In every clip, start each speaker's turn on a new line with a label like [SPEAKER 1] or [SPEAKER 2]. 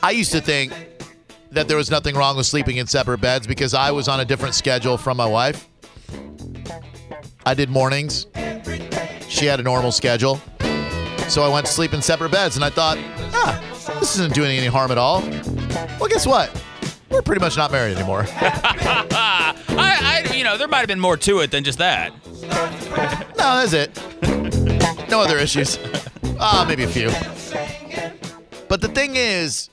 [SPEAKER 1] I used to think that there was nothing wrong with sleeping in separate beds because I was on a different schedule from my wife. I did mornings. She had a normal schedule. So I went to sleep in separate beds and I thought, ah, this isn't doing any harm at all. Well, guess what? We're pretty much not married anymore.
[SPEAKER 2] I, I, you know, there might have been more to it than just that.
[SPEAKER 1] No, that's it. No other issues. Ah, maybe a few. But the thing is,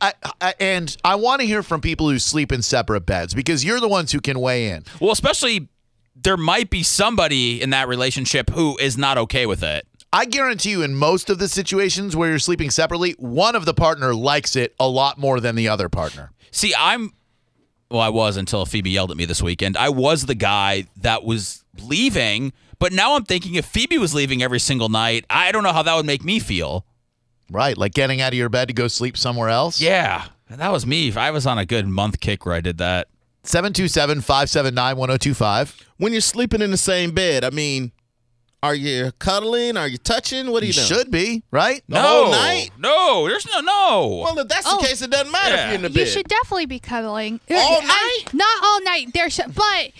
[SPEAKER 1] I, I, and I want to hear from people who sleep in separate beds because you're the ones who can weigh in.
[SPEAKER 2] Well, especially there might be somebody in that relationship who is not okay with it.
[SPEAKER 1] I guarantee you, in most of the situations where you're sleeping separately, one of the partner likes it a lot more than the other partner.
[SPEAKER 2] See, I'm well, I was until Phoebe yelled at me this weekend. I was the guy that was leaving, but now I'm thinking if Phoebe was leaving every single night, I don't know how that would make me feel.
[SPEAKER 1] Right, like getting out of your bed to go sleep somewhere else.
[SPEAKER 2] Yeah, that was me. I was on a good month kick where I did that.
[SPEAKER 1] 727 579 1025.
[SPEAKER 3] When you're sleeping in the same bed, I mean, are you cuddling? Are you touching? What are you,
[SPEAKER 1] You
[SPEAKER 3] doing?
[SPEAKER 1] should be, right?
[SPEAKER 3] The whole night?
[SPEAKER 2] no, there's no, no.
[SPEAKER 3] Well, if that's
[SPEAKER 4] Oh.
[SPEAKER 3] the case, it doesn't matter if
[SPEAKER 2] Yeah.
[SPEAKER 3] you're in the bed.
[SPEAKER 4] You should definitely be cuddling
[SPEAKER 3] All
[SPEAKER 4] I-
[SPEAKER 3] night?
[SPEAKER 4] Not all night. There should, but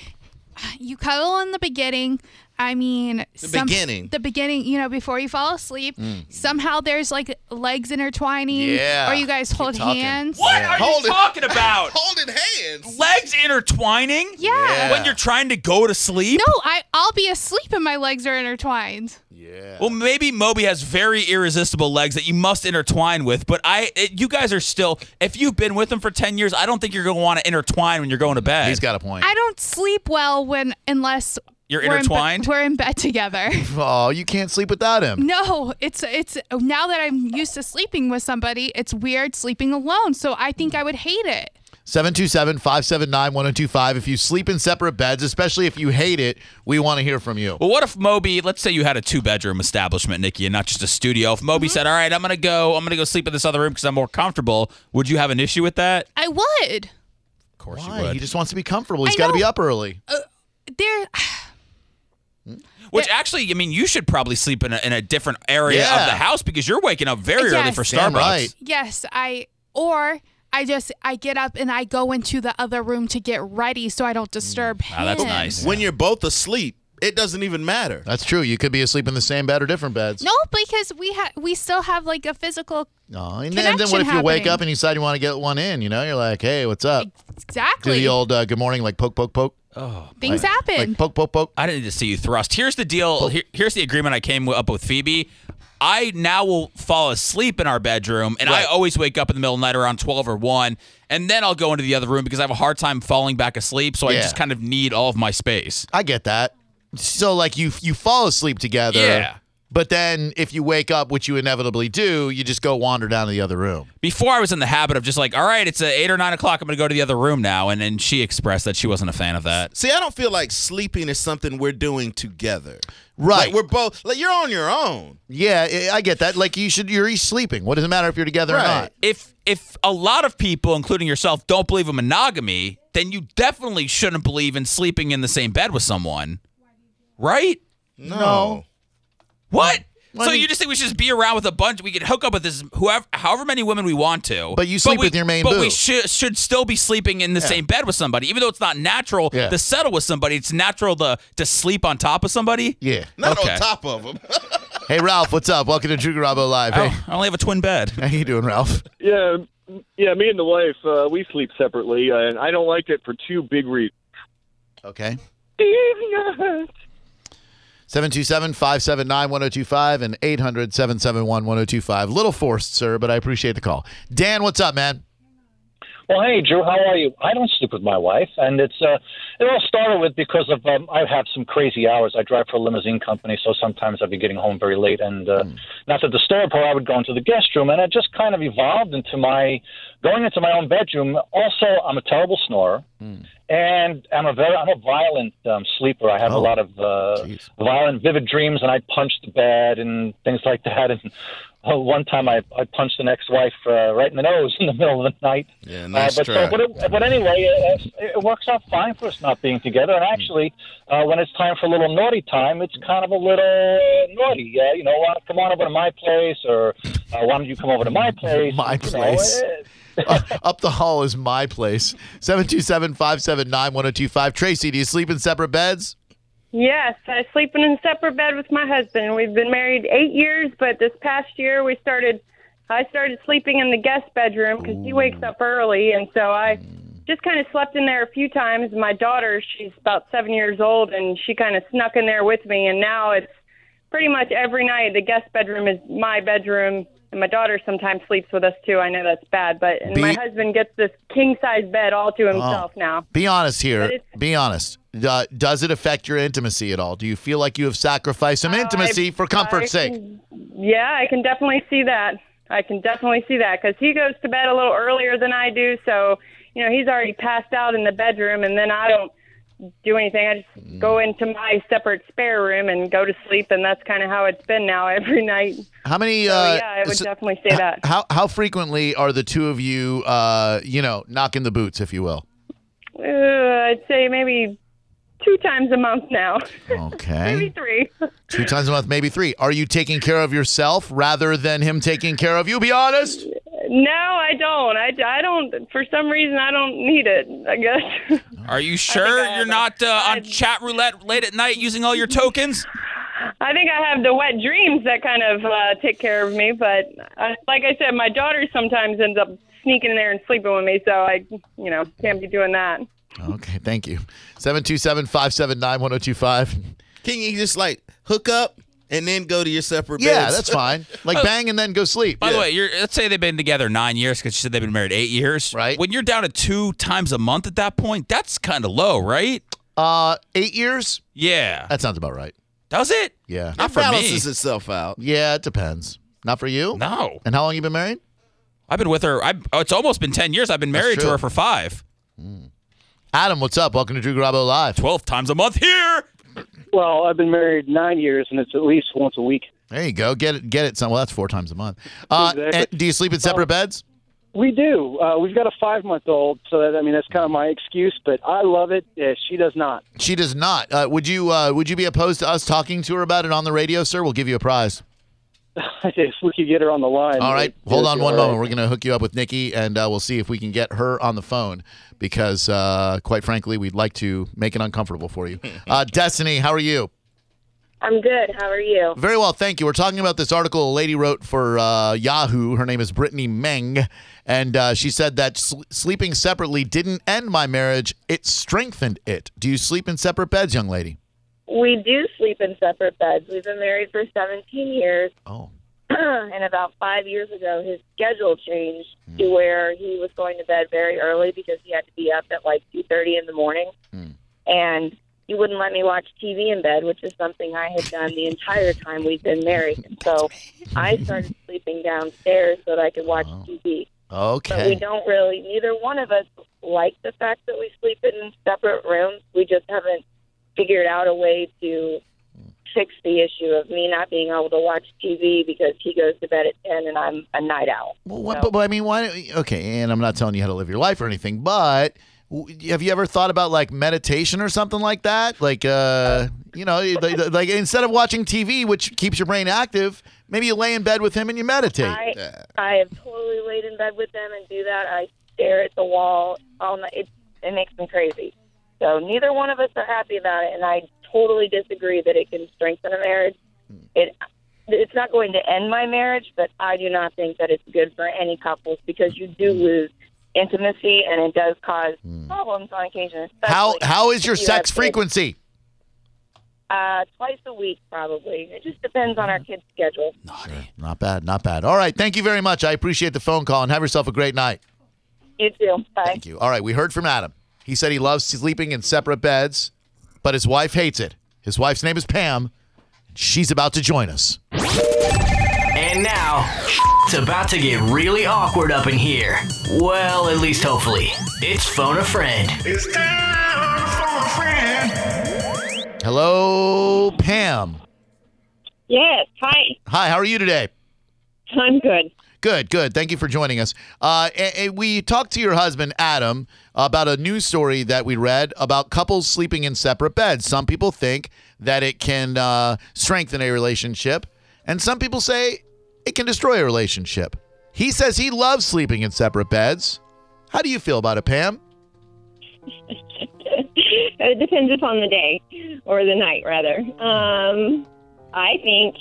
[SPEAKER 4] you cuddle in the beginning. I mean, the
[SPEAKER 3] beginning.
[SPEAKER 4] The beginning, you know, before you fall asleep. Somehow there's like legs intertwining.
[SPEAKER 1] Yeah.
[SPEAKER 4] Or you guys
[SPEAKER 1] Keep
[SPEAKER 4] hold
[SPEAKER 1] talking.
[SPEAKER 4] hands.
[SPEAKER 2] what are
[SPEAKER 3] Hold it.
[SPEAKER 2] you talking about?
[SPEAKER 3] Holding hands.
[SPEAKER 2] Legs intertwining?
[SPEAKER 4] Yeah.
[SPEAKER 2] When you're trying to go to sleep?
[SPEAKER 4] No, I I'll be asleep and my legs are intertwined.
[SPEAKER 1] Yeah.
[SPEAKER 2] Well, maybe Moby has very irresistible legs that you must intertwine with, but I, it, you guys are still. If you've been with them for ten years, I don't think you're going to want to intertwine when you're going to bed.
[SPEAKER 1] He's got a point.
[SPEAKER 4] I don't sleep well when unless
[SPEAKER 2] You're
[SPEAKER 4] we're in be-
[SPEAKER 2] intertwined?
[SPEAKER 4] we're in bed together.
[SPEAKER 1] Oh, you can't sleep without him.
[SPEAKER 4] No, it's it's now that I'm used to sleeping with somebody, it's weird sleeping alone. So I think I would hate it.
[SPEAKER 1] 727 579 1025. If you sleep in separate beds, especially if you hate it, we want to hear from you.
[SPEAKER 2] Well, what if Moby, let's say you had a two bedroom establishment, Nikki, and not just a studio. If Moby said, All right, I'm going to go, I'm going to go sleep in this other room because I'm more comfortable, would you have an issue with that?
[SPEAKER 4] I would.
[SPEAKER 2] Of course you
[SPEAKER 1] Why?
[SPEAKER 2] would.
[SPEAKER 1] He just wants to be comfortable. He's
[SPEAKER 4] I
[SPEAKER 1] got to be
[SPEAKER 4] know.
[SPEAKER 1] up early.
[SPEAKER 4] There
[SPEAKER 2] Which actually, I mean, you should probably sleep in a, in a different area
[SPEAKER 1] Yeah.
[SPEAKER 2] of the house because you're waking up very early
[SPEAKER 4] Yes.
[SPEAKER 2] for Starbucks.
[SPEAKER 1] Damn right.
[SPEAKER 4] yes, I or I just I get up and I go into the other room to get ready so I don't disturb him.
[SPEAKER 2] Ah, that's nice.
[SPEAKER 3] When you're both asleep, it doesn't even matter.
[SPEAKER 1] That's true. You could be asleep in the same bed or different beds.
[SPEAKER 4] No, because we ha- we still have like a physical
[SPEAKER 1] Aw, and then, then what if you
[SPEAKER 4] Connection
[SPEAKER 1] wake up
[SPEAKER 4] happening.
[SPEAKER 1] and you decide you want to get one in? You know, you're like, hey, what's up? Do
[SPEAKER 4] exactly
[SPEAKER 1] the old uh, good morning, like poke, poke, poke.
[SPEAKER 4] things happen.
[SPEAKER 1] Like poke, poke, poke.
[SPEAKER 2] I didn't need to see you thrust. Here's the deal. Here, here's the agreement I came up with Phoebe. I now will fall asleep in our bedroom, and I always wake up in the middle of the night around 12 or 1, and then I'll go into the other room because I have a hard time falling back asleep. So
[SPEAKER 1] Yeah.
[SPEAKER 2] I just kind of need all of my space.
[SPEAKER 1] I get that. So like you you fall asleep together.
[SPEAKER 2] Yeah.
[SPEAKER 1] But then if you wake up, which you inevitably do, you just go wander down to the other room.
[SPEAKER 2] Before I was in the habit of just like, all right, it's uh, 8 or 9 o'clock. I'm going to go to the other room now. And then she expressed that she wasn't a fan of that.
[SPEAKER 3] See, I don't feel like sleeping is something we're doing together.
[SPEAKER 1] Right.
[SPEAKER 3] Like, we're both like you're on your own.
[SPEAKER 1] Yeah, I- I get that. Like you should you're each sleeping. What does it matter if you're together or
[SPEAKER 3] Right.
[SPEAKER 1] not?
[SPEAKER 2] If if a lot of people, including yourself, don't believe in monogamy, then you definitely shouldn't believe in sleeping in the same bed with someone. Right?
[SPEAKER 3] No.
[SPEAKER 2] What?
[SPEAKER 1] Well, I
[SPEAKER 2] so
[SPEAKER 1] mean-
[SPEAKER 2] you just think we should just be around with a bunch? We could hook up with this whoever, however many women we want to.
[SPEAKER 1] But you sleep
[SPEAKER 2] we-
[SPEAKER 1] with your main
[SPEAKER 2] But
[SPEAKER 1] boo.
[SPEAKER 2] we should should still be sleeping in the same bed with somebody, even though it's not natural
[SPEAKER 1] Yeah.
[SPEAKER 2] to settle with somebody. It's natural to to sleep on top of somebody.
[SPEAKER 1] Yeah. Oh,
[SPEAKER 3] Not
[SPEAKER 2] Okay.
[SPEAKER 3] on top of them.
[SPEAKER 1] Hey Ralph, what's up? Welcome to Drew Garabo Live. Hey,
[SPEAKER 2] Oh, I only have a twin bed.
[SPEAKER 1] how you doing, Ralph?
[SPEAKER 5] Yeah, yeah. Me and the wife, uh, we sleep separately, uh, and I don't like it for two big reasons.
[SPEAKER 1] Okay. 727-579-1025 and 800-771-1025. Little forced, sir, but I appreciate the call. Dan, what's up, man?
[SPEAKER 6] Well, hey, Drew, how are you? I don't sleep with my wife, and it's uh, it all started with because of um, I have some crazy hours. I drive for a limousine company, so sometimes I'd be getting home very late, and uh,
[SPEAKER 1] Hmm.
[SPEAKER 6] not to disturb her, I would go into the guest room, and it just kind of evolved into my going into my own bedroom. Also, I'm a terrible snorer,
[SPEAKER 1] Hmm.
[SPEAKER 6] and I'm a very I'm a violent um, sleeper. I have
[SPEAKER 1] Oh.
[SPEAKER 6] a lot of uh,
[SPEAKER 1] Jeez.
[SPEAKER 6] violent, vivid dreams, and I punched the bed and things like that. And uh, one time, I, I punched an ex-wife uh, right in the nose in the middle of the night.
[SPEAKER 3] Yeah, nice
[SPEAKER 6] Uh, but,
[SPEAKER 3] try.
[SPEAKER 6] So, but, it, but anyway, it, it works out fine for us not being together. And actually, uh, when it's time for a little naughty time, it's kind of a little naughty. Uh, you know, uh, come on over to my place, or uh, why don't you come over to my place?
[SPEAKER 1] My
[SPEAKER 6] you know,
[SPEAKER 1] place.
[SPEAKER 6] eh,
[SPEAKER 1] Uh, up the hall is my place. 727 579 1025. Tracy, do you sleep in separate beds?
[SPEAKER 7] Yes, I sleep in a separate bed with my husband. We've been married eight years, but this past year we started. I started sleeping in the guest bedroom because he wakes up early, and so I just kind of slept in there a few times. My daughter, she's about seven years old, and she kind of snuck in there with me, and now it's pretty much every night the guest bedroom is my bedroom. And my daughter sometimes sleeps with us too. I know that's bad, but and my
[SPEAKER 1] Be-
[SPEAKER 7] husband gets this king size bed all to himself now.
[SPEAKER 1] Be honest
[SPEAKER 7] But
[SPEAKER 1] here.
[SPEAKER 7] it's-
[SPEAKER 1] Be honest. Uh, does it affect your intimacy at all? Do you feel like you have sacrificed some intimacy for
[SPEAKER 7] I
[SPEAKER 1] comfort's sake?
[SPEAKER 7] can- Yeah, I can definitely see that. I can definitely see that because he goes to bed a little earlier than I do. So, you know, he's already passed out in the bedroom, and then I don't do anything. I just go
[SPEAKER 1] Mm.
[SPEAKER 7] into my separate spare room and go to sleep, and that's kind of how it's been now every night.
[SPEAKER 1] How many?
[SPEAKER 7] So,
[SPEAKER 1] uh,
[SPEAKER 7] Oh, yeah, I would
[SPEAKER 1] so-
[SPEAKER 7] definitely say that.
[SPEAKER 1] How how frequently are the two of you, uh, you know, knocking the boots, if you will?
[SPEAKER 7] Uh, I'd say maybe two times a month now, maybe
[SPEAKER 1] Okay,
[SPEAKER 7] three.
[SPEAKER 1] two times a month, maybe three. Are you taking care of yourself rather than him taking care of you? Be honest.
[SPEAKER 7] No, I don't. I, I don't. For some reason, I don't need it. I guess.
[SPEAKER 2] Are you sure
[SPEAKER 7] I
[SPEAKER 2] you're
[SPEAKER 7] have a-
[SPEAKER 2] not uh, on
[SPEAKER 7] I've-
[SPEAKER 2] chat roulette late at night using all your tokens?
[SPEAKER 7] I think I have the wet dreams that kind of uh, take care of me. But uh, like I said, my daughter sometimes ends up sneaking in there and sleeping with me, so I, you know, can't be doing that.
[SPEAKER 1] Okay, thank you. 727-579-1025.
[SPEAKER 3] Can you just like hook up and then go to your separate
[SPEAKER 1] Yeah,
[SPEAKER 3] beds?
[SPEAKER 1] that's fine. Like bang and then go sleep.
[SPEAKER 2] By the way, you're, let's say they've been together nine years because she said they've been married eight years.
[SPEAKER 1] Right.
[SPEAKER 2] When you're down to two times a month at that point, that's kind of low, right?
[SPEAKER 1] Uh, eight years?
[SPEAKER 2] Yeah.
[SPEAKER 1] That sounds about right.
[SPEAKER 2] Does it?
[SPEAKER 1] Yeah.
[SPEAKER 2] Not
[SPEAKER 3] it
[SPEAKER 2] for me.
[SPEAKER 3] balances itself out.
[SPEAKER 1] Yeah, it depends. Not for you?
[SPEAKER 2] No.
[SPEAKER 1] And how long you been married?
[SPEAKER 2] I've been with her. I, oh, it's almost been 10 years. I've been married to
[SPEAKER 1] true.
[SPEAKER 2] her for five.
[SPEAKER 1] Adam, what's up? Welcome to Drew Garabo Live.
[SPEAKER 2] 12 times a month here.
[SPEAKER 8] Well, I've been married nine years, and it's at least once a week.
[SPEAKER 1] There you go. Get it. Get it. Son. Well, that's four times a month. Uh,
[SPEAKER 8] Exactly.
[SPEAKER 1] and do you sleep in separate beds?
[SPEAKER 8] We do. Uh, we've got a five-month-old, so that I mean that's kind of my excuse. But I love it. Yeah, she does not.
[SPEAKER 1] She does not. Uh, would you uh, Would you be opposed to us talking to her about it on the radio, sir? We'll give you a prize.
[SPEAKER 8] if we could get her on the line.
[SPEAKER 1] All right.
[SPEAKER 8] it'd
[SPEAKER 1] Hold on
[SPEAKER 8] be
[SPEAKER 1] one
[SPEAKER 8] all
[SPEAKER 1] moment.
[SPEAKER 8] right.
[SPEAKER 1] We're going to hook you up with Nikki, and uh, we'll see if we can get her on the phone because, uh, quite frankly, we'd like to make it uncomfortable for you. Uh, Destiny, how are you?
[SPEAKER 7] I'm good. How are you?
[SPEAKER 1] Very well, thank you. We're talking about this article a lady wrote for uh, Yahoo. Her name is Brittany Meng, and uh, she said that sl- sleeping separately didn't end my marriage; it strengthened it. Do you sleep in separate beds, young lady?
[SPEAKER 7] We do sleep in separate beds. We've been married for 17 years,
[SPEAKER 1] Oh,
[SPEAKER 7] and about five years ago, his schedule changed to where he was going to bed very early because he had to be up at like 2:30 in the morning, and he wouldn't let me watch TV in bed, which is something I had done the entire time we've been married. And so I started sleeping downstairs so that I could watch
[SPEAKER 1] Wow.
[SPEAKER 7] TV. But we
[SPEAKER 1] okay.
[SPEAKER 7] don't really, neither one of us like the fact that we sleep in separate rooms. We just haven't figured out a way to fix the issue of me not being able to watch TV because he goes to bed at 10 and I'm a night owl.
[SPEAKER 1] Well, what, but, but I mean, why? don't- Okay, and I'm not telling you how to live your life or anything, but w- have you ever thought about like meditation or something like that? Like, uh, you know, like, like instead of watching TV, which keeps your brain active, maybe you lay in bed with him and you meditate.
[SPEAKER 7] I, I have totally laid in bed with them and do that. I stare at the wall all night. It, it makes them crazy. So neither one of us are happy about it, and I totally disagree that it can strengthen a marriage.
[SPEAKER 1] Hmm.
[SPEAKER 7] It it's not going to end my marriage, but I do not think that it's good for any couples because you do
[SPEAKER 1] Hmm.
[SPEAKER 7] lose intimacy, and it does cause problems on occasion.
[SPEAKER 1] how
[SPEAKER 7] especially
[SPEAKER 1] How is your
[SPEAKER 7] if you
[SPEAKER 1] sex
[SPEAKER 7] have kids.
[SPEAKER 1] frequency?
[SPEAKER 7] Uh, twice a week, probably. It just depends on our
[SPEAKER 1] Hmm.
[SPEAKER 7] kids' schedule.
[SPEAKER 1] Not bad, not bad. All right, thank you very much. I appreciate the phone call and have yourself a great night.
[SPEAKER 7] You too. Bye.
[SPEAKER 1] Thank you. All right, we heard from Adam. He said he loves sleeping in separate beds, but his wife hates it. His wife's name is Pam. She's about to join us.
[SPEAKER 9] And now, it's about to get really awkward up in here. Well, at least hopefully. It's Phone a Friend.
[SPEAKER 10] It's time for a friend.
[SPEAKER 1] Hello, Pam.
[SPEAKER 7] Yes. Hi.
[SPEAKER 1] Hi, how are you today?
[SPEAKER 7] I'm good.
[SPEAKER 1] Good, good. Thank you for joining us. Uh, and, and we talked to your husband, Adam, about a news story that we read about couples sleeping in separate beds. Some people think that it can uh, strengthen a relationship, and some people say it can destroy a relationship. He says he loves sleeping in separate beds. How do you feel about it, Pam?
[SPEAKER 11] it depends upon the day or the night, rather. Um, I think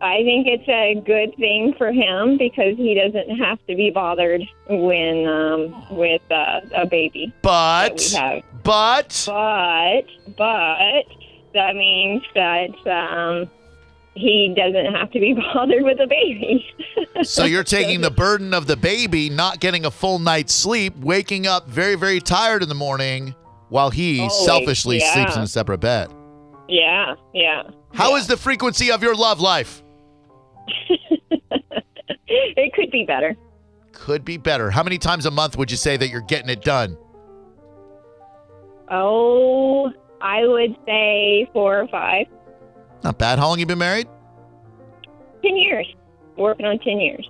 [SPEAKER 11] I think it's a good thing for him because he doesn't have to be bothered when um, with uh, a baby.
[SPEAKER 1] But
[SPEAKER 11] that we have.
[SPEAKER 1] but
[SPEAKER 11] but but that means that um, he doesn't have to be bothered with a baby.
[SPEAKER 1] So you're taking the burden of the baby, not getting a full night's sleep, waking up very, very tired in the morning while he
[SPEAKER 11] Always,
[SPEAKER 1] selfishly
[SPEAKER 11] Oh, yeah.
[SPEAKER 1] sleeps in a separate bed.
[SPEAKER 11] yeah, yeah.
[SPEAKER 1] How is the frequency of your love life?
[SPEAKER 11] It could be better.
[SPEAKER 1] Could be better. How many times a month would you say that you're getting it done?
[SPEAKER 11] Oh, I would say four or five.
[SPEAKER 1] Not bad. How long you been married?
[SPEAKER 11] Ten years. Working on ten years.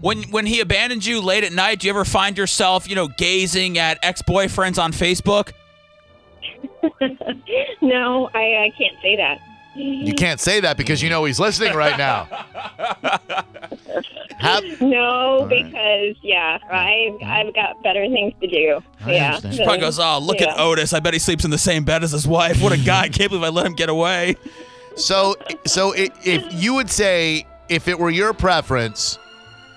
[SPEAKER 2] When when he abandoned you late at night, do you ever find yourself, you know, gazing at ex-boyfriends on Facebook?
[SPEAKER 11] No, I, I can't say that. Mm-hmm.
[SPEAKER 1] You can't say that because you know he's listening right now. Have,
[SPEAKER 11] No,
[SPEAKER 1] right.
[SPEAKER 11] because yeah, I I've got better things to do.
[SPEAKER 1] I
[SPEAKER 11] yeah.
[SPEAKER 1] understand.
[SPEAKER 2] She probably goes, "Oh, look at
[SPEAKER 11] Yeah.
[SPEAKER 2] Otis. I bet he sleeps in the same bed as his wife. What a guy! I can't believe I let him get away."
[SPEAKER 1] So, so i if you would say if it were your preference,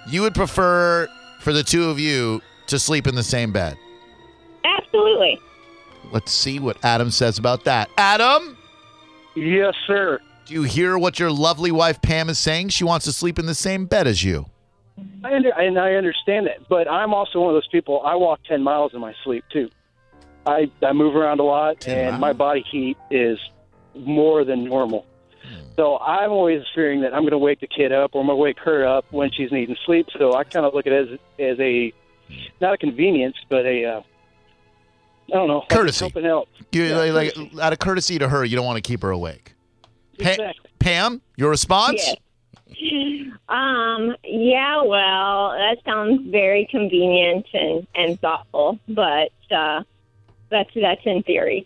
[SPEAKER 1] you would prefer for the two of you to sleep in the same bed.
[SPEAKER 11] Absolutely.
[SPEAKER 1] Let's see what Adam says about that. Adam,
[SPEAKER 8] Yes, sir.
[SPEAKER 1] do you hear what your lovely wife Pam is saying? She wants to sleep in the same bed as you.
[SPEAKER 8] I under, and I understand that, but I'm also one of those people. I walk ten miles in my sleep too. I I move around a lot,
[SPEAKER 1] 10
[SPEAKER 8] and
[SPEAKER 1] miles?
[SPEAKER 8] my body heat is more than normal.
[SPEAKER 1] Hmm.
[SPEAKER 8] So I'm always fearing that I'm going to wake the kid up, or I'm going to wake her up when she's needing sleep. So I kind of look at it as as a not a convenience, but a uh, I don't know like
[SPEAKER 1] Courtesy.
[SPEAKER 8] something else.
[SPEAKER 1] You
[SPEAKER 8] Yeah,
[SPEAKER 1] like,
[SPEAKER 8] courtesy.
[SPEAKER 1] out of courtesy to her, you don't want to keep her awake. Pa-
[SPEAKER 11] Exactly.
[SPEAKER 1] Pam, your response?
[SPEAKER 11] Yes. Um. Yeah. Well, that sounds very convenient and and thoughtful, but uh, that's that's in theory.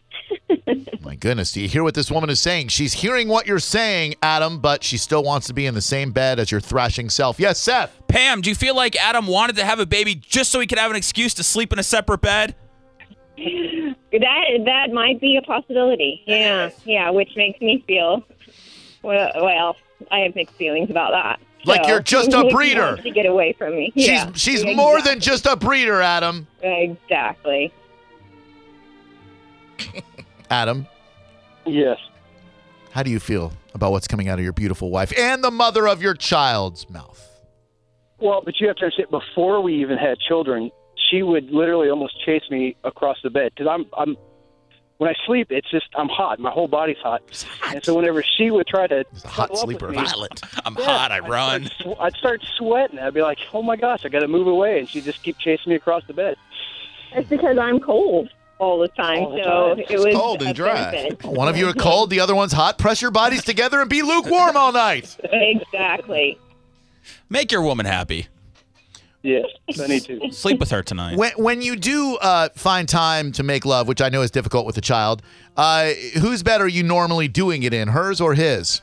[SPEAKER 1] My goodness, do you hear what this woman is saying? She's hearing what you're saying, Adam, but she still wants to be in the same bed as your thrashing self. Yes, Seth.
[SPEAKER 2] Pam, do you feel like Adam wanted to have a baby just so he could have an excuse to sleep in a separate bed?
[SPEAKER 11] That that might be a possibility. Yeah, yeah, which makes me feel well. well I have mixed feelings about that.
[SPEAKER 1] Like you're just a
[SPEAKER 11] which you
[SPEAKER 1] breeder.
[SPEAKER 11] want To get away from me. Yeah,
[SPEAKER 1] She's she's more than
[SPEAKER 11] exactly.
[SPEAKER 1] just a breeder, Adam.
[SPEAKER 11] exactly.
[SPEAKER 1] Adam,
[SPEAKER 8] Yes.
[SPEAKER 1] how do you feel about what's coming out of your beautiful wife and the mother of your child's mouth?
[SPEAKER 8] Well, but you have to understand. Before we even had children, she would literally almost chase me across the bed because I'm I'm when I sleep, it's just I'm hot. My whole body's hot, and so whenever she would try to
[SPEAKER 1] He's a hot
[SPEAKER 8] cuddle up with
[SPEAKER 1] sleeper.
[SPEAKER 8] me,
[SPEAKER 1] Violet.
[SPEAKER 2] I'm
[SPEAKER 8] yeah,
[SPEAKER 2] hot. I
[SPEAKER 8] I'd
[SPEAKER 2] run.
[SPEAKER 8] start sw- I'd start sweating. I'd be like, "Oh my gosh, I got to move away," and she'd just keep chasing me across the bed.
[SPEAKER 11] It's because I'm cold all the time.
[SPEAKER 8] All the
[SPEAKER 11] so
[SPEAKER 8] time.
[SPEAKER 11] it was
[SPEAKER 3] cold and
[SPEAKER 11] a
[SPEAKER 3] dry.
[SPEAKER 11] benefit.
[SPEAKER 1] One of you are cold, the other one's hot. Press your bodies together and be lukewarm all night.
[SPEAKER 11] Exactly.
[SPEAKER 2] Make your woman happy.
[SPEAKER 8] Yes, I need to.
[SPEAKER 2] Sleep with her tonight.
[SPEAKER 1] When, when you do uh, find time to make love, which I know is difficult with a child, uh, whose bed are you normally doing it in, hers or his?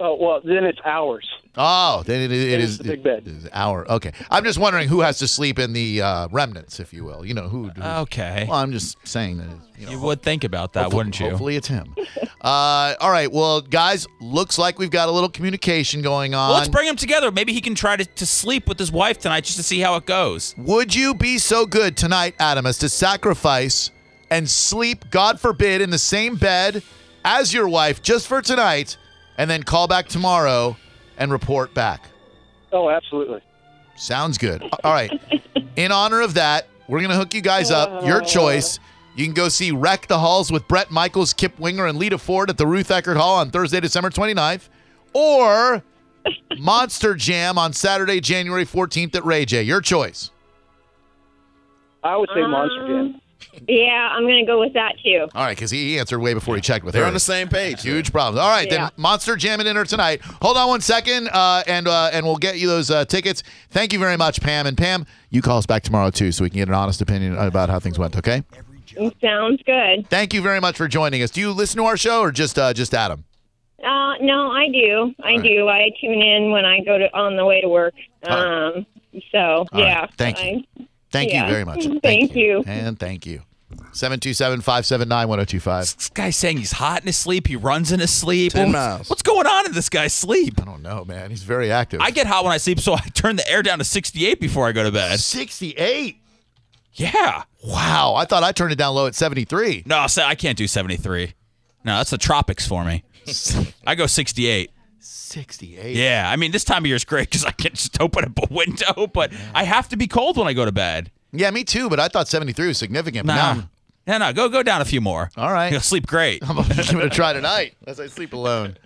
[SPEAKER 8] Oh well, then it's ours.
[SPEAKER 1] Oh, then it, it
[SPEAKER 8] It
[SPEAKER 1] is
[SPEAKER 8] is the big bed.
[SPEAKER 1] it is our okay. I'm just wondering who has to sleep in the uh, remnants, if you will. You know who. who
[SPEAKER 2] Okay.
[SPEAKER 1] Well, I'm just saying that. it's, You know,
[SPEAKER 2] you would think about that,
[SPEAKER 1] Hopefully-
[SPEAKER 2] wouldn't you?
[SPEAKER 1] Hopefully it's him. uh, all right. Well, guys, looks like we've got a little communication going on.
[SPEAKER 2] Well, let's bring them together. Maybe he can try to, to sleep with his wife tonight just to see how it goes.
[SPEAKER 1] Would you be so good tonight, Adam, as to sacrifice and sleep, God forbid, in the same bed as your wife just for tonight and then call back tomorrow and report back?
[SPEAKER 8] Oh, absolutely.
[SPEAKER 1] Sounds good. All right. In honor of that, we're going to hook you guys up. Your choice. You can go see Wreck the Halls with Brett Michaels, Kip Winger, and Lita Ford at the Ruth Eckerd Hall on Thursday, December 29th, or Monster Jam on Saturday, January 14th at Ray J. Your choice.
[SPEAKER 8] I would say Monster Jam.
[SPEAKER 11] Yeah, I'm gonna go with that too.
[SPEAKER 1] All right, because he answered way before he checked with
[SPEAKER 3] They're
[SPEAKER 1] her.
[SPEAKER 3] on the same page.
[SPEAKER 1] Huge problems. All right,
[SPEAKER 11] Yeah.
[SPEAKER 1] then Monster Jam and Dinner tonight. Hold on one second, uh, and uh, and we'll get you those uh, tickets. Thank you very much, Pam. And Pam, you call us back tomorrow too, so we can get an honest opinion about how things went. Okay.
[SPEAKER 11] Sounds good.
[SPEAKER 1] Thank you very much for joining us. Do you listen to our show or just uh, just Adam?
[SPEAKER 11] Uh, no, I do. I
[SPEAKER 1] All right.
[SPEAKER 11] do. I tune in when I go to on the way to work. Um, so
[SPEAKER 1] All
[SPEAKER 11] yeah.
[SPEAKER 1] right. Thank you.
[SPEAKER 11] I-
[SPEAKER 1] Thank
[SPEAKER 11] yeah.
[SPEAKER 1] you very much.
[SPEAKER 11] Thank, you.
[SPEAKER 1] And thank you. 727 579 1025.
[SPEAKER 2] This guy's saying he's hot in his sleep. He runs in his sleep.
[SPEAKER 1] 10
[SPEAKER 2] What's-
[SPEAKER 1] miles.
[SPEAKER 2] What's going on in this guy's sleep?
[SPEAKER 1] I don't know, man. He's very active.
[SPEAKER 2] I get hot when I sleep, so I turn the air down to 68 before I go to bed.
[SPEAKER 1] 68.
[SPEAKER 2] Yeah.
[SPEAKER 1] Wow. I thought I turned it down low at 73.
[SPEAKER 2] No, so I can't do 73. No, that's the tropics for me. I go 68.
[SPEAKER 1] 68.
[SPEAKER 2] Yeah, I mean, this time of year is great because I can just open up a window, but I have to be cold when I go to bed.
[SPEAKER 1] Yeah, me too, but I thought 73 was significant. But
[SPEAKER 2] Nah.
[SPEAKER 1] now,
[SPEAKER 2] No, no, go go down a few more.
[SPEAKER 1] all right.
[SPEAKER 2] You'll sleep great.
[SPEAKER 1] I'm going to give it a try tonight as I sleep alone.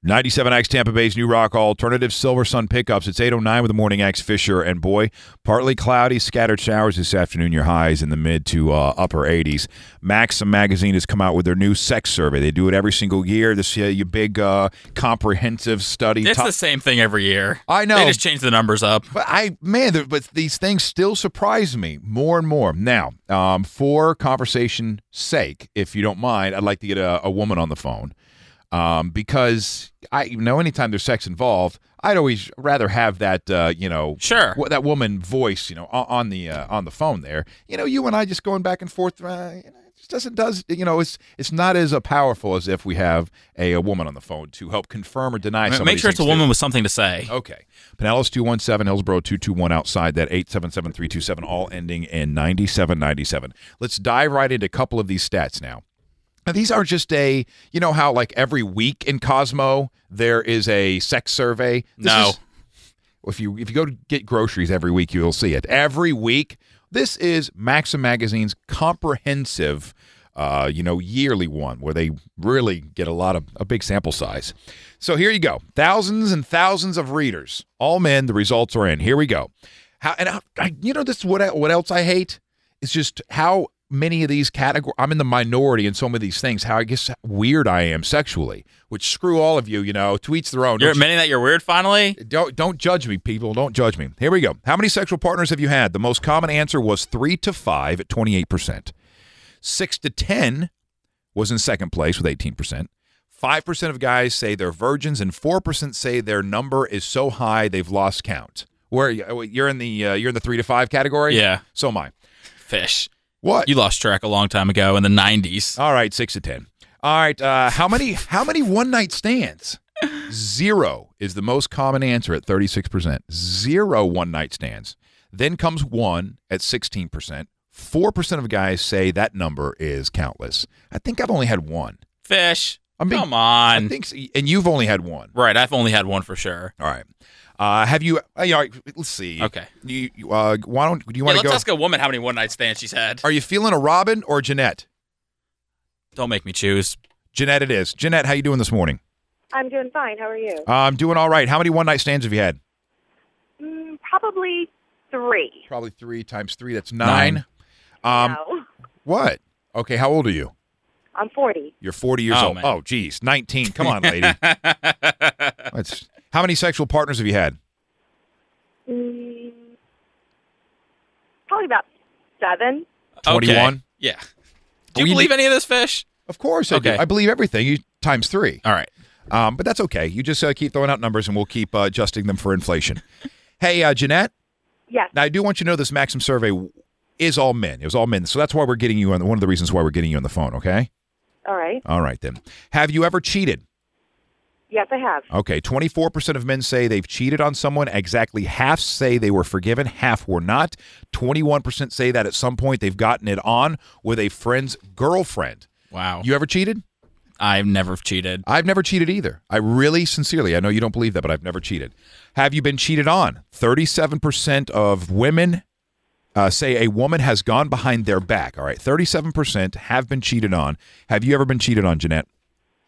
[SPEAKER 12] Ninety-seven X Tampa Bay's New Rock Alternative Silver Sun Pickups. It's 809 with the morning X Fisher and boy, partly cloudy, scattered showers this afternoon. Your highs in the mid to uh, upper 80s. Maxim Magazine has come out with their new sex survey. They do it every single year. This uh, your big uh, comprehensive study.
[SPEAKER 2] It's
[SPEAKER 12] Top-
[SPEAKER 2] the same thing every year.
[SPEAKER 12] I know.
[SPEAKER 2] They just change the numbers up.
[SPEAKER 12] But I, man, there, but these things still surprise me more and more. Now, um, for conversation sake, if you don't mind, I'd like to get a, a woman on the phone um, because I you know anytime there's sex involved, I'd always rather have that, uh, you know,
[SPEAKER 2] Sure.
[SPEAKER 12] wh- that woman voice, you know, on, on the uh, on the phone there. You know, you and I just going back and forth. Uh, you know, it just doesn't does you know it's it's not as uh, powerful as if we have a, a woman on the phone to help confirm or deny. some of
[SPEAKER 2] Make
[SPEAKER 12] these
[SPEAKER 2] sure it's a
[SPEAKER 12] things, too.
[SPEAKER 2] woman with something to say.
[SPEAKER 12] Okay. Pinellas 217, Hillsborough 221 outside that 877 327, all ending in 9797. Let's dive right into a couple of these stats now. Now, these are just a, you know how like every week in Cosmo there is a sex survey? This
[SPEAKER 2] No.
[SPEAKER 12] is- oh, if you if you go to get groceries every week, you'll see it. Every week, this is Maxim Magazine's comprehensive, uh, you know, yearly one where they really get a lot of a big sample size. So here you go, thousands and thousands of readers, all men. The results are in. Here we go. How and I, I, you know this is what I, what else I hate is just how many of these categories I'm in the minority in some of these things. How I guess weird I am sexually, which screw all of you. You know, tweets their own.
[SPEAKER 2] You're
[SPEAKER 12] Don't you-
[SPEAKER 2] admitting that you're weird finally?
[SPEAKER 12] don't don't judge me, people. Don't judge me. Here we go. How many sexual partners have you had? The most common answer was three to five at twenty eight percent. Six to ten was in second place with eighteen percent. Five percent of guys say they're virgins, and four percent say their number is so high they've lost count. Where you're in the uh, you're in the three to five category.
[SPEAKER 2] Yeah.
[SPEAKER 12] So am I.
[SPEAKER 2] Fish.
[SPEAKER 12] What?
[SPEAKER 2] You lost track a long time ago in the 90s.
[SPEAKER 12] All right, six to ten. All right. Uh, how many how many one night stands? Zero is the most common answer at 36%. Zero one night stands. Then comes one at 16%. 4% of guys say that number is countless. I think I've only had one.
[SPEAKER 2] Fish.
[SPEAKER 12] I'm being-
[SPEAKER 2] Come on.
[SPEAKER 12] I think so. and you've only had one.
[SPEAKER 2] right, I've only had one for sure.
[SPEAKER 12] All right. Uh, have you uh, yeah, all right, let's see.
[SPEAKER 2] Okay.
[SPEAKER 12] You, you, uh, why don't do you want
[SPEAKER 2] Yeah,
[SPEAKER 12] to
[SPEAKER 2] let's
[SPEAKER 12] go
[SPEAKER 2] ask a woman how many one night stands she's had.
[SPEAKER 12] Are you feeling a Robin or Jeanette?
[SPEAKER 2] Don't make me choose.
[SPEAKER 12] Jeanette it is. Jeanette, how you doing this morning?
[SPEAKER 13] I'm doing fine. How are you?
[SPEAKER 12] I'm doing all right. How many one night stands have you had?
[SPEAKER 13] Mm, probably three.
[SPEAKER 12] Probably three times three. That's nine. Um,
[SPEAKER 13] no,
[SPEAKER 12] What? Okay. How old are you?
[SPEAKER 13] I'm 40.
[SPEAKER 12] You're 40 years
[SPEAKER 2] Oh,
[SPEAKER 12] old.
[SPEAKER 2] man.
[SPEAKER 12] Oh, geez, 19. Come on, lady. That's, how many sexual partners have you had?
[SPEAKER 13] Mm, probably about seven.
[SPEAKER 2] Okay.
[SPEAKER 12] 21?
[SPEAKER 2] Yeah. Do
[SPEAKER 12] Well,
[SPEAKER 2] you
[SPEAKER 12] you
[SPEAKER 2] believe
[SPEAKER 12] need-
[SPEAKER 2] any of this fish?
[SPEAKER 12] Of course. I do.
[SPEAKER 2] Okay.
[SPEAKER 12] I believe everything. You times three.
[SPEAKER 2] All right.
[SPEAKER 12] Um, but that's okay. You just uh, keep throwing out numbers, and we'll keep uh, adjusting them for inflation. hey, uh, Jeanette.
[SPEAKER 13] Yes.
[SPEAKER 12] Now, I do want you to know this Maxim survey is all men. It was all men, so that's why we're getting you on. One of the reasons why we're getting you on the phone. Okay.
[SPEAKER 13] All right.
[SPEAKER 12] All right then. Have you ever cheated?
[SPEAKER 13] Yes, I have.
[SPEAKER 12] Okay, 24% of men say they've cheated on someone. Exactly half say they were forgiven, half were not. 21% say that at some point they've gotten it on with a friend's girlfriend.
[SPEAKER 2] Wow.
[SPEAKER 12] You ever cheated?
[SPEAKER 2] I've never cheated.
[SPEAKER 12] I've never cheated either. I really sincerely, I know you don't believe that, but I've never cheated. Have you been cheated on? 37% of women uh, say a woman has gone behind their back. All right, 37% have been cheated on. Have you ever been cheated on, Jeanette?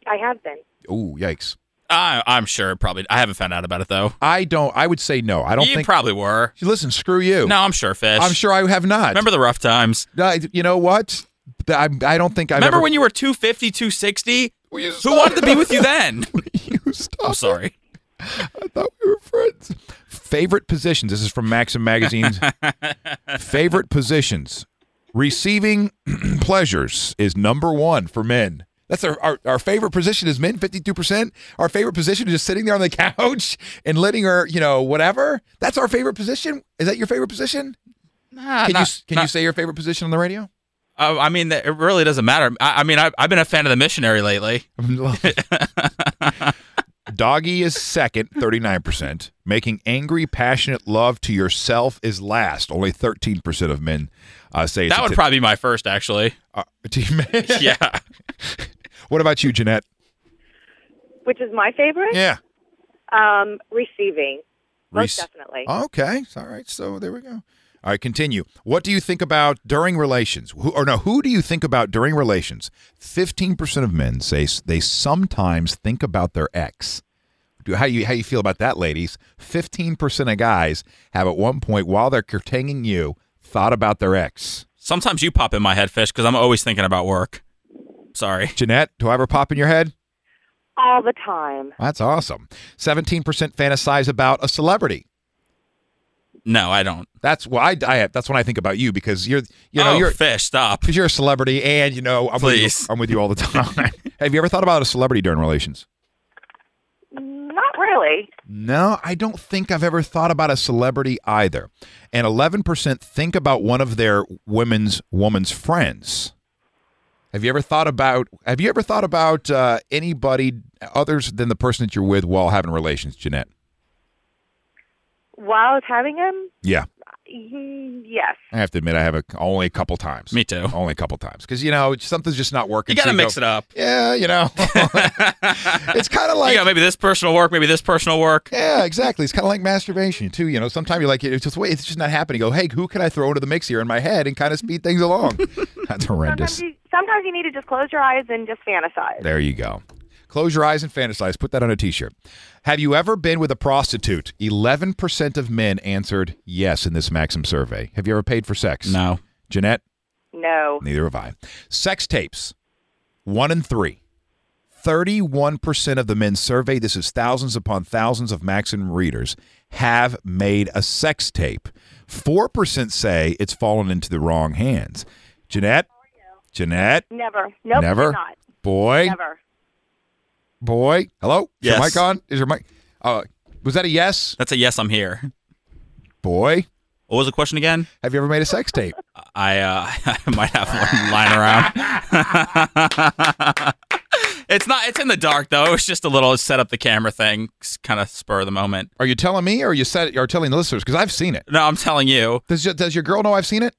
[SPEAKER 13] I have been.
[SPEAKER 12] Oh, yikes.
[SPEAKER 2] I, I'm sure probably. I haven't found out about it though.
[SPEAKER 12] I don't, I would say no. I don't
[SPEAKER 2] you
[SPEAKER 12] think.
[SPEAKER 2] probably were.
[SPEAKER 12] Listen, screw you.
[SPEAKER 2] No, I'm sure fish.
[SPEAKER 12] I'm sure I have not.
[SPEAKER 2] Remember the rough times.
[SPEAKER 12] Uh, you know what? Th- I, I don't think I've
[SPEAKER 2] Remember
[SPEAKER 12] ever.
[SPEAKER 2] when you were 250, 260?
[SPEAKER 12] Will you
[SPEAKER 2] Who
[SPEAKER 12] stop?
[SPEAKER 2] wanted to be with you then?
[SPEAKER 12] you stop?
[SPEAKER 2] I'm sorry.
[SPEAKER 12] I thought we were friends. Favorite positions. This is from Maxim Magazine's favorite positions. Receiving pleasures is number one for men. That's our, our, our favorite position is men, 52%. Our favorite position is just sitting there on the couch and letting her, you know, whatever. That's our favorite position. Is that your favorite position?
[SPEAKER 2] Nah,
[SPEAKER 12] can
[SPEAKER 2] not-
[SPEAKER 12] you s- can you say your favorite position on the radio?
[SPEAKER 2] Uh, I mean, that- it really doesn't matter. I, I mean, I, I've been a fan of the missionary lately.
[SPEAKER 12] Doggy is second, 39%. Making angry, passionate love to yourself is last. Only 13% of men uh, say it's
[SPEAKER 2] That
[SPEAKER 12] a
[SPEAKER 2] would
[SPEAKER 12] tip-
[SPEAKER 2] probably be my first, actually.
[SPEAKER 12] Uh, do you-
[SPEAKER 2] yeah.
[SPEAKER 12] What about you, Jeanette?
[SPEAKER 13] Which is my favorite?
[SPEAKER 12] Yeah.
[SPEAKER 13] Um, receiving. Most
[SPEAKER 12] Reese-
[SPEAKER 13] definitely.
[SPEAKER 12] Okay. All right. So there we go. All right. Continue. What do you think about during relations? Who, or no, who do you think about during relations? 15% of men say s- they sometimes think about their ex. Do, how you how you feel about that, ladies? 15% of guys have at one point while they're curtailing you thought about their ex.
[SPEAKER 2] Sometimes you pop in my head, Fish, because I'm always thinking about work. Sorry.
[SPEAKER 12] Jeanette, do I ever pop in your head?
[SPEAKER 13] All the time.
[SPEAKER 12] That's awesome. 17% fantasize about a celebrity.
[SPEAKER 2] No, I don't.
[SPEAKER 12] That's why I, I that's when I think about you because you're you know
[SPEAKER 2] oh,
[SPEAKER 12] you're
[SPEAKER 2] Fish, stop.
[SPEAKER 12] because you're a celebrity and you know I'm, With,
[SPEAKER 2] Please.
[SPEAKER 12] you, I'm with you all the time. Have you ever thought about a celebrity during relations?
[SPEAKER 13] Not really.
[SPEAKER 12] No, I don't think I've ever thought about a celebrity either. And 11% think about one of their women's woman's friends. Have you ever thought about Have you ever thought about uh, anybody others than the person that you're with while having relations, Jeanette?
[SPEAKER 13] While I was having him,
[SPEAKER 12] Yeah,
[SPEAKER 13] mm, yes.
[SPEAKER 12] I have to admit I have a, only a couple times. Me
[SPEAKER 2] too.
[SPEAKER 12] Only a couple times because you know something's just not working.
[SPEAKER 2] You got to
[SPEAKER 12] so
[SPEAKER 2] mix
[SPEAKER 12] go,
[SPEAKER 2] it up.
[SPEAKER 12] Yeah, you know, it's kind of like
[SPEAKER 2] you got maybe this personal work, maybe this personal work.
[SPEAKER 12] Yeah, exactly. It's kind of like masturbation too. You know, sometimes you're like, it's just wait, it's just not happening. You go, hey, who can I throw into the mix here in my head and kind of speed things along? That's
[SPEAKER 13] Sometimes
[SPEAKER 12] horrendous.
[SPEAKER 13] you, sometimes you need to just close your eyes and just fantasize.
[SPEAKER 12] There you go. Close your eyes and fantasize. Put that on a T-shirt. Have you ever been with a prostitute? Eleven percent of men answered yes in this Maxim survey. Have you ever paid for sex?
[SPEAKER 2] No.
[SPEAKER 12] Jeanette,
[SPEAKER 13] No.
[SPEAKER 12] neither have I. Sex tapes, one and three. 31% of the men surveyed, this is thousands upon thousands of Maxim readers, have made a sex tape. 4% say it's fallen into the wrong hands. Jeanette? Jeanette?
[SPEAKER 13] Never. Nope.
[SPEAKER 12] Never?
[SPEAKER 13] did Not.
[SPEAKER 12] Boy?
[SPEAKER 13] Never.
[SPEAKER 12] Boy? Hello? Is
[SPEAKER 2] Yes.
[SPEAKER 12] your mic on? Is your mic? Uh, was that a yes?
[SPEAKER 2] That's a yes, I'm here.
[SPEAKER 12] Boy?
[SPEAKER 2] What was the question again?
[SPEAKER 12] Have you ever made a sex tape?
[SPEAKER 2] I uh, I might have one lying around. it's not. It's in the dark though. It was just a little set up the camera thing, kind of spur of the moment.
[SPEAKER 12] Are you telling me or you said are telling the listeners? Because I've seen it.
[SPEAKER 2] No, I'm telling you.
[SPEAKER 12] Does your, does your girl know I've seen it?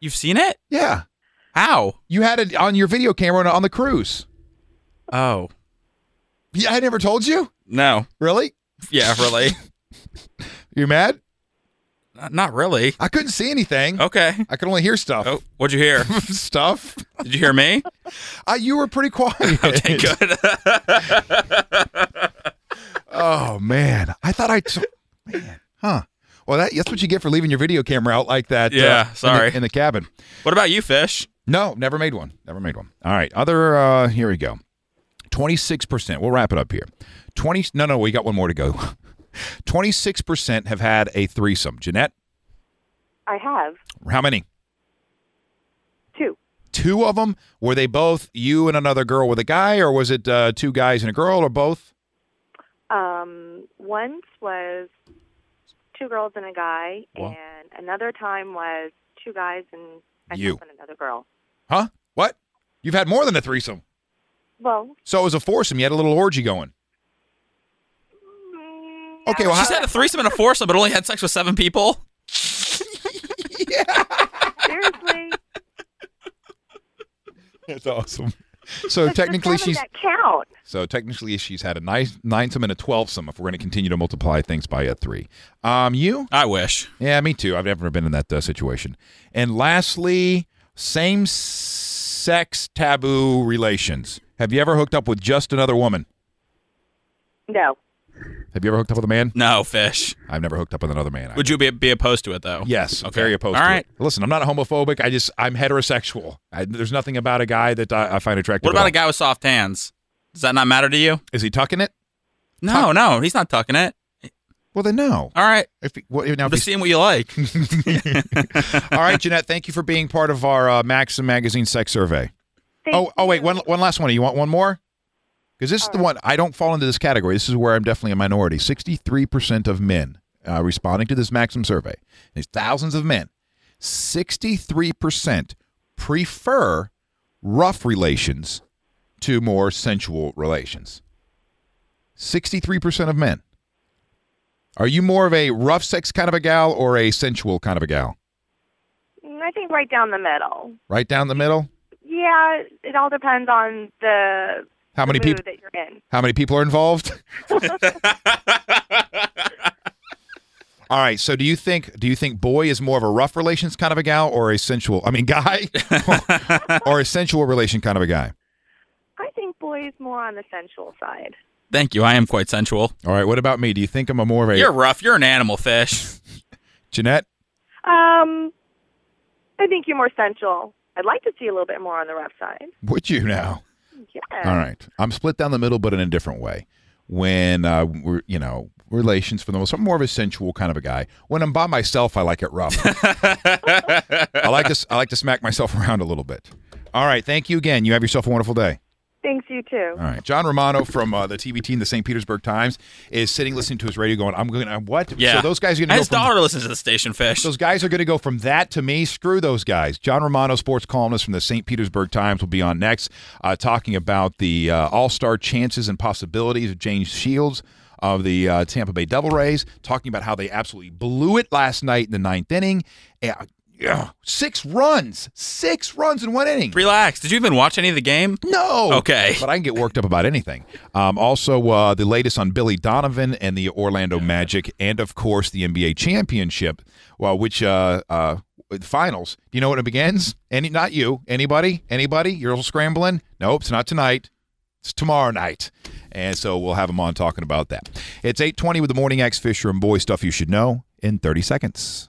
[SPEAKER 2] You've seen it?
[SPEAKER 12] Yeah.
[SPEAKER 2] How?
[SPEAKER 12] You had it on your video camera on- on the cruise.
[SPEAKER 2] Oh
[SPEAKER 12] Yeah, I never told you.
[SPEAKER 2] no.
[SPEAKER 12] Really?
[SPEAKER 2] Yeah, really.
[SPEAKER 12] You mad?
[SPEAKER 2] Not- Not really.
[SPEAKER 12] I couldn't see anything.
[SPEAKER 2] Okay.
[SPEAKER 12] I could only hear stuff.
[SPEAKER 2] Oh, what'd you hear?
[SPEAKER 12] Stuff.
[SPEAKER 2] Did you hear me?
[SPEAKER 12] Uh, you were pretty quiet.
[SPEAKER 2] Okay, good.
[SPEAKER 12] oh man, I thought I. T- man, huh? Well, that, that's what you get for leaving your video camera out like that.
[SPEAKER 2] Yeah,
[SPEAKER 12] in the-
[SPEAKER 2] sorry.
[SPEAKER 12] In the, cabin.
[SPEAKER 2] what about you, Fish?
[SPEAKER 12] No, never made one. Never made one. All right. Other. uh Here we go. Twenty-six percent. We'll wrap it up here. Twenty. No, no, we got one more to go. Twenty-six percent have had a threesome. Jeanette,
[SPEAKER 13] I have
[SPEAKER 12] how many?
[SPEAKER 13] two.
[SPEAKER 12] Two of them. Were they both you and another girl with a guy, or was it uh, two guys and a girl, or both?
[SPEAKER 13] Um, once was two girls and a guy,
[SPEAKER 12] Wow.
[SPEAKER 13] and another time was two guys and
[SPEAKER 12] You.
[SPEAKER 13] myself and another girl.
[SPEAKER 12] Huh? What? You've had more than a threesome.
[SPEAKER 13] Well,
[SPEAKER 12] So it was a foursome. You had a little orgy going. Okay, well,
[SPEAKER 2] She's
[SPEAKER 12] how-
[SPEAKER 2] had a threesome and a foursome, but only had sex with seven people.
[SPEAKER 13] seriously,
[SPEAKER 12] that's awesome. So technically,
[SPEAKER 13] does
[SPEAKER 12] she's
[SPEAKER 13] that count?
[SPEAKER 12] so technically she's had a nice ninesome and a twelvesome. If we're going to continue to multiply things by a three, um, you?
[SPEAKER 2] I wish.
[SPEAKER 12] Yeah, me too. I've never been in that uh, situation. And lastly, same sex taboo relations. Have you ever hooked up with just another woman?
[SPEAKER 13] No.
[SPEAKER 12] Have you ever hooked up with a man?
[SPEAKER 2] No, Fish.
[SPEAKER 12] I've never hooked up with another man.
[SPEAKER 2] Would you be, be opposed to it though?
[SPEAKER 12] Yes,
[SPEAKER 2] Okay.
[SPEAKER 12] very opposed.
[SPEAKER 2] All
[SPEAKER 12] to it.
[SPEAKER 2] right.
[SPEAKER 12] Listen, I'm not homophobic. I just I'm heterosexual. I, there's nothing about a guy that I, I find attractive. at
[SPEAKER 2] What about
[SPEAKER 12] all.
[SPEAKER 2] a guy with soft hands? Does that not matter to you?
[SPEAKER 12] Is he tucking it?
[SPEAKER 2] No, no, he's not tucking it.
[SPEAKER 12] Well, then no.
[SPEAKER 2] All right.
[SPEAKER 12] If, well, now, if
[SPEAKER 2] But
[SPEAKER 12] he's-
[SPEAKER 2] seeing what you like.
[SPEAKER 12] All right, Jeanette, thank you for being part of our uh, Maxim Magazine sex survey. oh, oh, wait, one, one last one. You want one more? Because this is the one I don't fall into this category. This is where I'm definitely a minority. 63% of men uh, responding to this Maxim survey. There's thousands of men. 63% prefer rough relations to more sensual relations. 63% of men. Are you more of a rough sex kind of a gal or a sensual kind of a gal?
[SPEAKER 13] Mm, I think right down the middle.
[SPEAKER 12] Right down the middle?
[SPEAKER 13] Yeah, it all depends on the
[SPEAKER 12] How
[SPEAKER 13] the
[SPEAKER 12] many
[SPEAKER 13] mood
[SPEAKER 12] peop-
[SPEAKER 13] that you're in.
[SPEAKER 12] How many people are involved? All right. So, do you think do you think boy is more of a rough relations kind of a gal or a sensual? I mean, guy or a sensual relation kind of a guy?
[SPEAKER 13] I think boys more on the sensual side.
[SPEAKER 2] Thank you. I am quite sensual.
[SPEAKER 12] All right. What about me? Do you think I'm a more of a
[SPEAKER 2] You're rough. You're an animal fish.
[SPEAKER 12] Jeanette?
[SPEAKER 13] Um, I think you're more sensual. I'd like to see a little bit more on the rough side.
[SPEAKER 12] Would you now?
[SPEAKER 13] Yeah.
[SPEAKER 12] All right. I'm split down the middle, but in a different way. When uh, we're, you know, relations for the most, I'm more of a sensual kind of a guy. When I'm by myself, I like it rough. I like to, I like to smack myself around a little bit. All right. Thank you again. You have yourself a wonderful day.
[SPEAKER 13] Thanks, you too.
[SPEAKER 12] All right. John Romano from uh, the TBT and the St. Petersburg Times is sitting listening to his radio going, I'm going to, what?
[SPEAKER 2] Yeah.
[SPEAKER 12] So those guys are going to go
[SPEAKER 2] His
[SPEAKER 12] from-
[SPEAKER 2] daughter listens to the station fish.
[SPEAKER 12] those guys are going to go from that to me. Screw those guys. John Romano, sports columnist from the St. Petersburg Times, will be on next, uh, talking about the uh, All Star chances and possibilities of James Shields of the uh, Tampa Bay Devil Rays, talking about how they absolutely blew it last night in the ninth inning. Uh, yeah, six runs, six runs in one inning.
[SPEAKER 2] Relax. Did you even watch any of the game?
[SPEAKER 12] No.
[SPEAKER 2] Okay.
[SPEAKER 12] But I can get worked up about anything. Um, also, uh, the latest on Billy Donovan and the Orlando Magic, and of course the NBA championship, well, which uh, uh, finals. Do you know when it begins? Any? Not you. Anybody? Anybody? You're all scrambling. Nope. It's not tonight. It's tomorrow night. And so we'll have him on talking about that. It's 820 with the Morning X Fisher and Boy Stuff You Should Know in 30 seconds.